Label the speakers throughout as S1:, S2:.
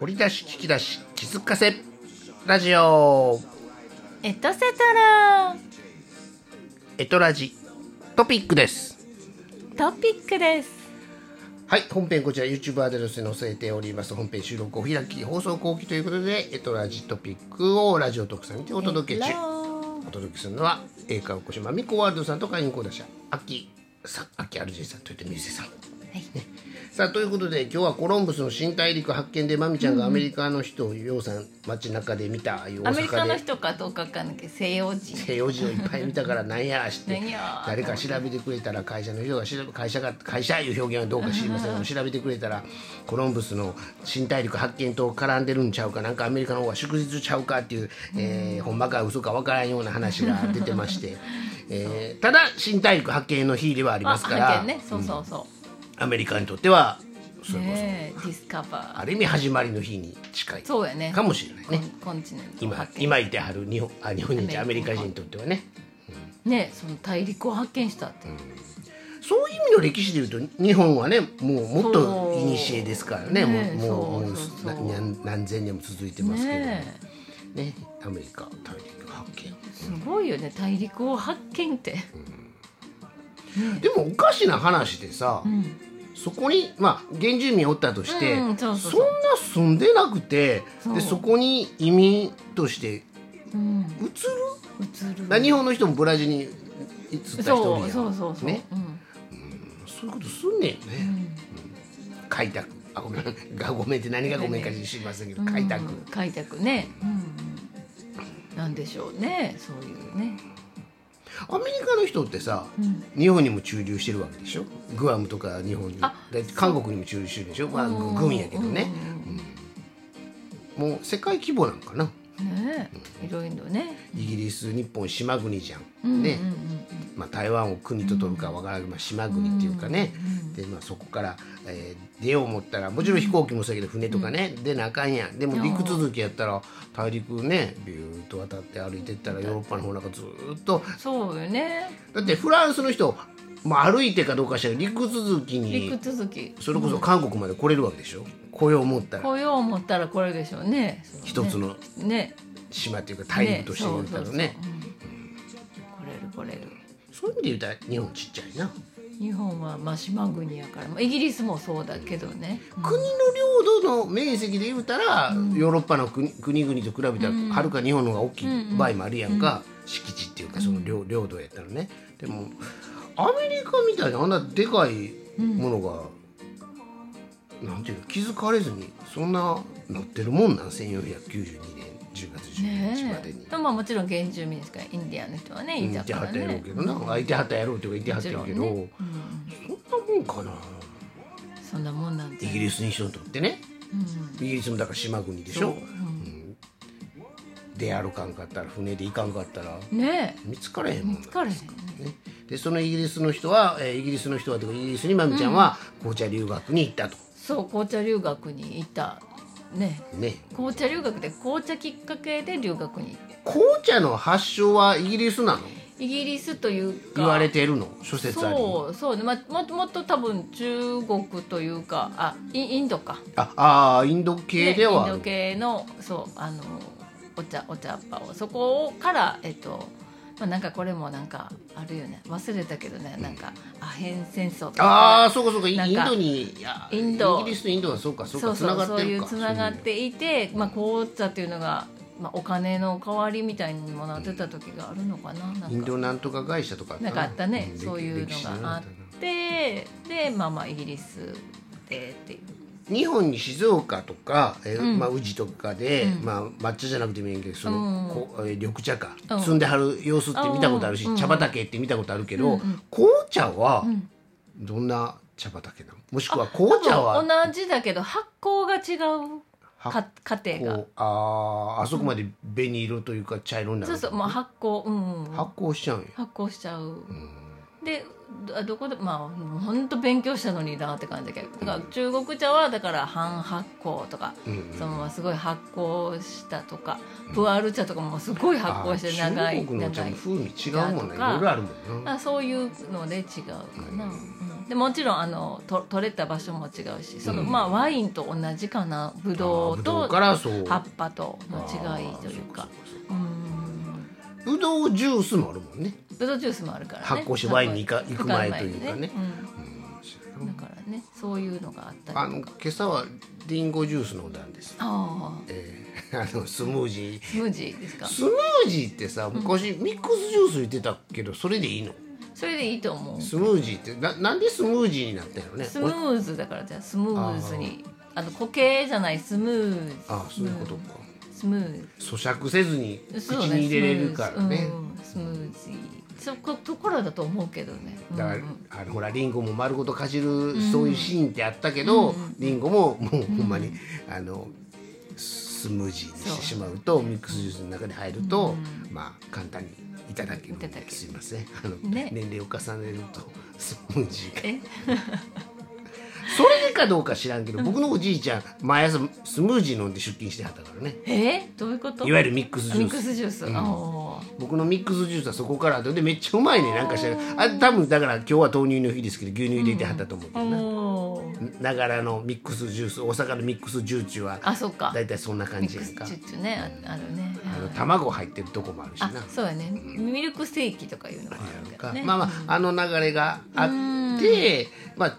S1: 掘り出し聞き出し気づかせラジオ
S2: エトセトラ
S1: エトラジトピックです
S2: トピックです
S1: はい本編こちら YouTube アドレスに載せております本編収録お開き放送後期ということでエトラジトピックをラジオ特産にてお届け中
S2: Hello
S1: お届けするのは栄華おこしまみこワールドさんと会員講座者秋さん秋 RJ さんといってミューさん
S2: はい
S1: さあということで今日はコロンブスの新大陸発見でまみちゃんがアメリカの人をようさん街中で見たいう
S2: アメリカの
S1: で
S2: 人かどうかわかんないけど西洋人
S1: 西洋人をいっぱい見たからなんやらして
S2: なんや
S1: 誰か調べてくれたら会社の人が調べ会社が会社いう表現はどうか知りませんが調べてくれたらコロンブスの新大陸発見と絡んでるんちゃうかなんかアメリカの方が祝日ちゃうかっていう、えー、ほんまか嘘かわからんような話が出てま して、えーただ新大陸発見の日ではあり
S2: あ
S1: ますから、
S2: 発見ねそうそうそ
S1: アメリカにとっては
S2: う
S1: それこそ
S2: ねえディスカバ
S1: ある意味始まりの日に近い
S2: ーそうやね
S1: かもしれないね
S2: コンコンチネント
S1: 今
S2: 発見
S1: 今いてはる日本あ日本人じゃア
S2: ア
S1: メ
S2: メ
S1: リ
S2: リカ
S1: カ人にとってはね
S2: ねその大陸を発見したって
S1: そういう意味の歴史でいうと日本はねもうもっと
S2: そう
S1: いにしえですからね
S2: ね
S1: もうもうもう
S2: そうそうそう
S1: な何何千年も続いてますけどね
S2: ねえ
S1: アメリカ大陸発見
S2: すごいよね大陸を発見って
S1: でもおかしな話でさ、
S2: うん
S1: そこにまあ原住民おったとして、
S2: うん
S1: そ
S2: そ
S1: んな
S2: うそうそう
S1: 住んでなくて
S2: そう
S1: でそこに移民として
S2: うん
S1: 移る
S2: 映る
S1: だから日本の人もブラジルに移った人
S2: そ
S1: も
S2: う
S1: い
S2: そうそうそう
S1: ね
S2: うん
S1: そういうことすんねんね、開拓あごめん がごめんって何がごめんか知りませんけど
S2: うん
S1: 開拓、
S2: 開拓ねうんなんでしょうねそういうね
S1: アメリカの人ってさ、
S2: ん
S1: 日本にも駐留してるわけでしょグアムとか日本に
S2: あ
S1: で韓国にも駐留してるでしょ、まあ、
S2: うん
S1: 軍やけどね、うんもう世界規模なんかな
S2: ねいろいろね
S1: イギリス日本島国じゃん、
S2: うん
S1: ね
S2: うんうん
S1: まあ、台湾を国と取るかわからない、まあ、島国っていうかね、でまあ、そこから、えー出よう思ったらもちろん飛行機もそうやけど船とかね、出なあかんやんでも陸続きやったら大陸ねビューッと渡って歩いてったらヨーロッパの方なんかずーっと
S2: そうよね
S1: だってフランスの人、まあ、歩いてかどうかしら陸続き
S2: 陸
S1: に
S2: 続き
S1: それこそ韓国まで来れるわけでしょ来よう思ったら
S2: 来よう思ったらこれでしょうね
S1: 一つの
S2: ね
S1: 島っていうか大陸として言うたらね
S2: そうそうそううん来れる来れる
S1: そういう意味で言うたら日本ちっちゃいな。
S2: 日本はまあ島国やからまあイギリスもそうだけどね
S1: 国の領土の面積で言うたら、ヨーロッパの国国々と比べたらはるか日本の方が大きい場合もあるやんか、敷地っていうかその領,、領土やったらねでもアメリカみたいにあんなでかいものが、なんていうの気づかれずにそんななってるもんなん1492年10月12日ま
S2: ね
S1: でに。
S2: えまあもちろん原住民ですからインディアンの人は
S1: う
S2: ね
S1: ん
S2: い
S1: い
S2: た
S1: て
S2: か
S1: はっ
S2: ら
S1: たやろう
S2: ね
S1: けどな、あいてはったやろうっていうかいてはったやろうけど、
S2: もちろんね
S1: そんなもんかな
S2: そんなもんなんて
S1: イギリスに人にとってね
S2: うん
S1: イギリスもだから島国でし
S2: そ
S1: ょ、
S2: ううん
S1: 出歩かんかったら船で行かんかったら
S2: ね
S1: 見つからへん
S2: え
S1: もん
S2: 見つかれへんね
S1: ねでそのイギリスの人は、えーイギリスの人はというかイギリスにまみちゃんは紅茶留学に行ったと、
S2: そう紅茶留学に行ったね
S1: ね
S2: 紅茶留学で紅茶きっかけで留学に
S1: 紅茶の発祥はイギリスなの
S2: イギリスというか
S1: 言われてるの諸説あり
S2: そうそうね、まあ、もっともっと多分中国というかあインインドか
S1: ああーインド系ではあ
S2: ねイ
S1: る
S2: ンド系のそうあのお茶お茶っ葉をそこからえっとまあ、なんかこれもなんかあるよね忘れたけどねなんかアヘン戦争
S1: あ
S2: とか
S1: あそうかそうかイ
S2: なん
S1: ン
S2: か
S1: ドにいや
S2: インド
S1: イギリスとインドはそうかそうかつな
S2: そう
S1: が
S2: そ
S1: っ
S2: う
S1: て
S2: い
S1: る
S2: う
S1: か
S2: つながっていて、まあ、紅茶というのが、まあ、お金の代わりみたいにもなってた時があるのかななんか
S1: インドなんとか会社とかあった
S2: なんかあったね、
S1: ん
S2: そういう
S1: 歴史
S2: のがあっ
S1: 歴史
S2: てでまあまあイギリスでっていう
S1: 日本に静岡とか、えー
S2: うん
S1: まあ、宇治とかで、まあ、抹茶じゃなくてもいいけどその、
S2: うん
S1: こうえー緑茶か、
S2: うん
S1: 摘んではる様子って見たことあるし、
S2: うん
S1: 茶畑って見たことあるけど、
S2: うんうん
S1: 紅茶は
S2: ん
S1: どんな茶畑なのもしくは紅茶は
S2: 多分同じだけど発酵が違う
S1: 発
S2: か過程
S1: こ
S2: が
S1: うあーあそこまで紅色というか茶色になる、
S2: そうそうもう発酵うん、うん、
S1: 発酵しちゃうんや
S2: 発酵しちゃう、でどどこでまあもうほんと勉強したのになって感じだけどだから中国茶はだから半発酵とか、そのまますごい発酵したとか、プアール茶とかもすごい発酵して
S1: あ
S2: 長
S1: ー
S2: い
S1: 中国のお茶
S2: 長い
S1: も風味違うもんねい
S2: と
S1: ろい
S2: か
S1: ろあるもんな
S2: あそういうので違うかな、うんでもちろんあのと取れた場所も違うしその、まあ、ワインと同じかなブ
S1: あ
S2: ド
S1: ー
S2: ウ
S1: ぶど
S2: と
S1: うからそう
S2: 葉っぱとの違いという
S1: あ
S2: か
S1: ーそう
S2: うーん
S1: ぶどうジュースもあるもんね
S2: ブドウジュースもあるからね
S1: 発酵しワインにいか行く前というかね
S2: うんだからねそういうのがあったり
S1: あの今朝はリンゴジュース飲んだんです、
S2: ああ
S1: えー あのスムージー
S2: スムージーですか
S1: スムージーってさ昔ミックスジュース言ってたけどそれでいいの
S2: それでいいと思う
S1: スムージーってななんでスムージーになったんやろね
S2: スムーズだからじゃあスムーズにあの固形じゃないスムーズ
S1: ああそういうことか
S2: スムーズ
S1: 咀嚼せずに口
S2: そうね
S1: に入れれるからね
S2: スムーズうんスムージーそこところだと思うけどね
S1: だから、
S2: うん
S1: あのほらリンゴも丸ごとかじるそういうシーンってあったけど、リンゴももうほんまに、あのスムージーにしてしまうとミックスジュースの中に入ると、まあ簡単にいただけるん
S2: いただけ
S1: で
S2: る
S1: すいませんあの、
S2: ね
S1: 年齢を重ねるとスムージーが
S2: え
S1: それでかどうか知らんけど僕のおじいちゃん毎朝スムージー飲んで出勤してはったからね
S2: えどういうこと
S1: いわゆるミックスジュ
S2: ミッ
S1: ース
S2: クスジュースああ
S1: 僕のミックスジュースはそこからででめっちゃうまいねなんかしらあ多分だから今日は豆乳の日ですけど牛乳入れてはったと思うけどな、
S2: おー
S1: ながらのミックスジュース大阪のミックスジューチュは
S2: あそっか
S1: だいたいそんな感
S2: ミ
S1: じ
S2: ッ
S1: や
S2: ク
S1: ん
S2: ス
S1: か
S2: チュッチュねああるね
S1: あの卵入ってるとこもあるしな
S2: あそうやねミルクセーキとかいうのもあるけどね
S1: まあまああの流れがあってまあ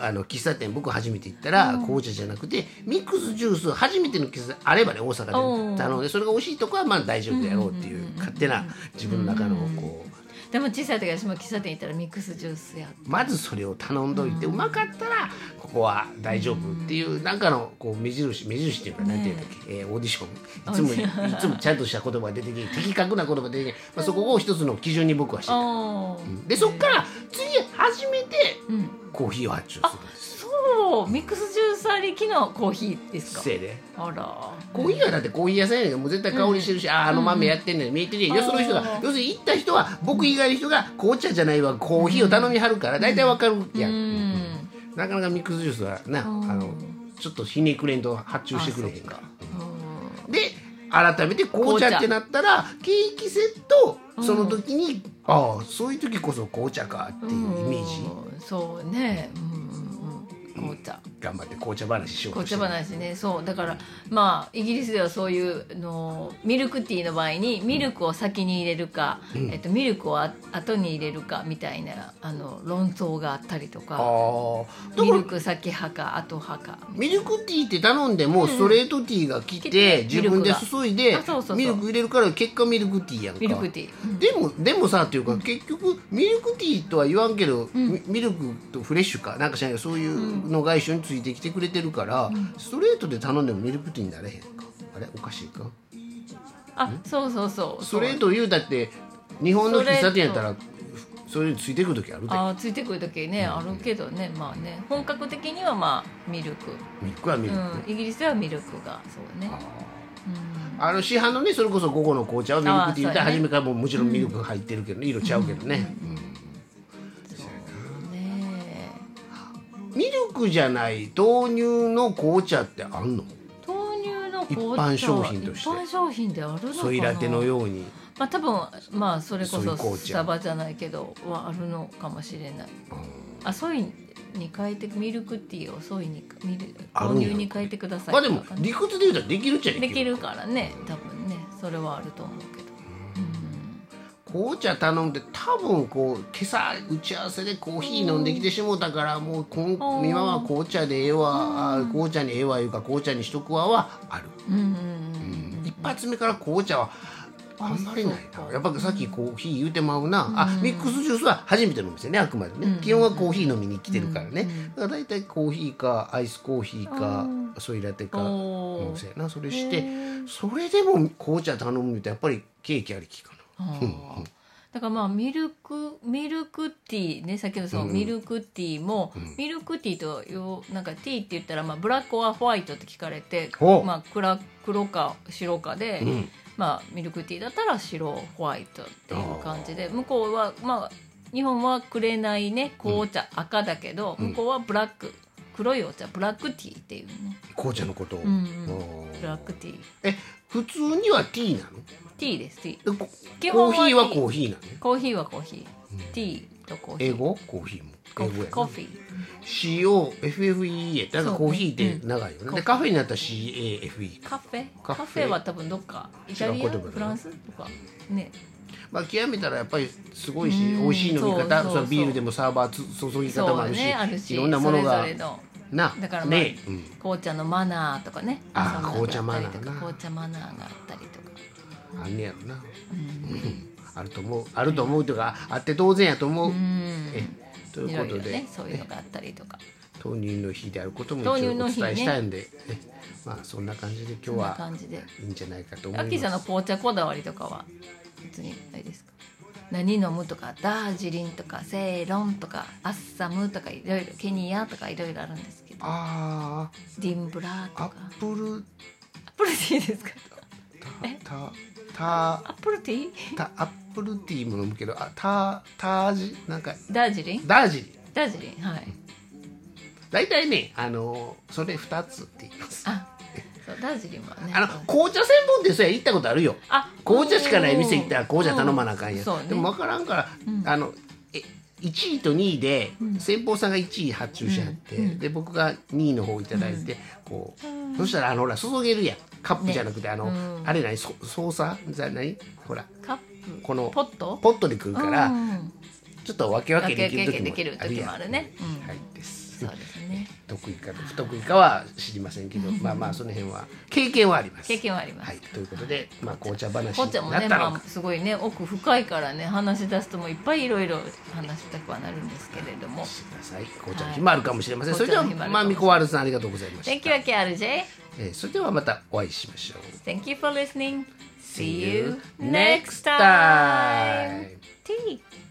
S1: あの喫茶店僕初めて行ったら紅茶じゃなくてミックスジュース初めての喫茶あればね大阪
S2: お
S1: で
S2: ー
S1: 頼んでそれが美味しいとこはまあ大丈夫やろうっていう勝手な自分の中のこう
S2: でも小さい時私も喫茶店行ったらミックスジュースや
S1: まずそれを頼んどいて、うまかったらここは大丈夫っていうなんかのこう目印目印っていうか何ていうんだっけ、えーオーディションいつも いつもちゃんとした言葉が出てきて的確な言葉が出てきて、まあ、そこを一つの基準に僕はしてた
S2: ああ
S1: でそっから次初めて
S2: うん
S1: コーヒーを発注するんです
S2: そうミックスジュースありきのコーヒーですか
S1: せいで
S2: あら
S1: コーヒーはだってコーヒー屋さんやねんからもう絶対香りしてるし、あーあの豆やってんねん見えてるやん、よその人が
S2: あー
S1: 要するに行った人は僕以外の人が紅茶じゃないわコーヒーを頼みはるから大体わかるやん、
S2: うん
S1: なかなかミックスジュースはなあ
S2: うん
S1: のちょっとひねくれんと発注してくれへんか
S2: あそっうん
S1: で改めて紅
S2: 紅
S1: 茶
S2: 茶
S1: ってなったらケーキセット
S2: うん
S1: その時に、ああそういう時こそ紅茶かっていうイメージ、
S2: うんそうねうんうんうん紅茶
S1: 頑張って紅茶話しようと
S2: 紅
S1: して
S2: 茶話ねそうだからまあイギリスではそういうのミルクティーの場合にミルクを先に入れるか、えっと、ミルクをあ後に入れるかみたいなあの論争があったりと
S1: あ
S2: か
S1: あだ
S2: ミ
S1: か
S2: ル
S1: ら
S2: ク先派か後派か
S1: ミルクティーって頼んでもストレートティーが来
S2: 来
S1: て
S2: て
S1: 自分で
S2: ミルクが
S1: 注いで
S2: あそうそうそう
S1: ミルク入れるから結果ミルクティーやんか
S2: ミルクティー、うん
S1: でもでもさっていうか結局ミルクティーとは言わんけど、ミミルクとフレッシュかなんかしないけどそういうのが一緒についてきてくれてるから、ストレートで頼んでもミルクティーになれへんかあれおかしいか
S2: あそうそうそう
S1: ストレート言うたって日本の喫茶店やったらそういうのついてくる時あるで
S2: あーついてくる時ね、あるけどねまあね本格的にはまあミルク、
S1: ミルクはミ
S2: う
S1: ルク、
S2: ん、イギリスではミルクがそうね、
S1: あの市販のねそれこそ午後の紅茶はミルクティーで
S2: あーそうやね
S1: 初めからもうもちろんミルクが入ってるけどね、色ちゃうけどね、
S2: そうね
S1: ミルクじゃない豆乳の紅茶ってあんの
S2: 豆乳の紅
S1: 一
S2: 茶
S1: 般商品として
S2: 一般商品であるのかな
S1: ソイラテのように
S2: まあ多分まあそれこ
S1: ソイ紅
S2: そ
S1: 茶
S2: スタバじゃないけどはあるのかもしれないあソイに変えてミルクティーをソイにミル
S1: あるんや
S2: 豆乳に変えてください
S1: まあでも理屈で言うたらできるっちゃ
S2: できるからね多分ねそれはあると思うけど
S1: 紅茶頼んで多分こう今朝打ち合わせでコーヒー飲んできてしもうたからもう今
S2: うん
S1: 今は紅茶でええわあー紅茶にええわいうか紅茶にしとくわはある、
S2: うんうんうん
S1: 一発目から紅茶はあんまりない
S2: あそう
S1: な
S2: か
S1: やっぱさっきコーヒー言うてまうな、あミックスジュースは初めて飲むんですよねあくまでね、
S2: うん
S1: 基本はコーヒー飲みに来てるからね、だから大体コーヒーかアイスコーヒーか、ソイラテか
S2: おー
S1: うんせやなそれしてそれでも紅茶頼むとやっぱりケーキありきかな
S2: あーだからまあミルクミルクティーね先ほどそのミルクティーも、ミルクティーとよなんかティーって言ったらまあブラックはホワイトって聞かれて
S1: ほう
S2: まあ暗黒か白かで、
S1: ん
S2: まあミルクティーだったら白ホワイトっていう感じで向こうはまあ日本はくれないね紅茶、赤だけど向こうはブラック黒いお茶ブラックティーっていうね
S1: 紅茶のことを、
S2: うん
S1: おー
S2: ブラックティー
S1: え普通にはティーな
S2: ティーですティー
S1: のでこ
S2: 基
S1: コ
S2: 本
S1: ー
S2: は
S1: ヒーはコーヒーなのね
S2: コーヒーはコーヒー、ティーとコーヒー
S1: 英語コーヒーも
S2: コ
S1: 英語やな
S2: コーヒ
S1: COFFEE ってなんか
S2: そう
S1: コーヒーって長いよね、
S2: うん
S1: でカフェになったら CAFE
S2: ーカフェ
S1: カ
S2: カ
S1: フェ
S2: フェは多分どっかイタリ
S1: 違う
S2: ア
S1: 言葉だね
S2: フランスとかね
S1: まあ極めたらやっぱりすごいし、
S2: うん
S1: 美味しい飲み方
S2: そうそうそう
S1: そのビールでもサーバーつ注ぎ方
S2: そ
S1: もあ
S2: う
S1: るし,、
S2: ねあるし
S1: いろんなものが
S2: それぞれの
S1: な
S2: だからまあ
S1: ね、うん
S2: 紅茶のマナーとかね
S1: あー
S2: そんなのが
S1: 紅茶マナ
S2: ったり
S1: ー
S2: とか
S1: な
S2: 紅茶マナーがあったりとか、
S1: あんねやろな、
S2: うん
S1: うんあると思うあると思うというかあって当然やと思う、
S2: うん
S1: えと
S2: い
S1: いう
S2: ろ
S1: こ
S2: いろ
S1: とで
S2: ねそういうのがあったりとか
S1: 豆乳の日であることも一応お
S2: 豆乳
S1: 伝
S2: の
S1: え
S2: 日ね
S1: したいんで、ねまあそんな感じで今
S2: そん
S1: 日
S2: な
S1: は
S2: 感じで
S1: いいんじゃないかと思
S2: ア
S1: い
S2: キさん
S1: ま
S2: の
S1: す
S2: 紅茶こだわりとかは別にないですか何飲むとかダージリンとかセイロンとかアッサムとかいろいろケニアとかいろいろあるんですけど
S1: あ
S2: ディンブラーと
S1: あア
S2: か
S1: ップル
S2: アップルティーですかえ
S1: たた
S2: アップルティー
S1: たたアップルティーも飲むけどあたたージなんか
S2: ダージリン
S1: ダージリン
S2: ダージリンはい
S1: 大体ねあのそれ二つって言いますあ
S2: あそうダージリンはね
S1: の紅茶専門店それ行ったことあるよ
S2: あ
S1: 紅茶しかない店行ったら紅茶頼まなあかんや、
S2: うんそうね
S1: でも分からんから、あのえ1位と2位で、先方さんが1位発注しはって、で僕が2位の方いただいて、こうそしたらあのほら注げるやんカップじゃなくて、あの、
S2: うん
S1: あれ何そ操作じゃないほら
S2: カップ
S1: この
S2: ポット
S1: ポットに来るから、
S2: うん
S1: ちょっと分け分けできる時も
S2: 分け分けできる時もあるね
S1: あるやん
S2: うん
S1: はいです
S2: そうですね
S1: 得意か不得意かは知りませんけどまあまあその辺は経験はあります
S2: 経験はあります
S1: はい、ということで、まあ、紅茶話
S2: 紅茶
S1: に
S2: も
S1: な
S2: ね、
S1: ったのか、
S2: まあ、すごいね奥深いからね話し出すともういっぱいいろいろ話したくはなるんですけれども
S1: してください紅茶の日もあるかもしれません、
S2: はい
S1: それでは
S2: 紅茶の日も
S1: ま
S2: あ
S1: あ
S2: る
S1: み
S2: かもしれない
S1: こわるさんありがとうございました
S2: Thank you, KRJ.
S1: えーそれではまたお会いしましょう
S2: Thank you for listening. See you
S1: See you next
S2: next time.
S1: time.
S2: Tea.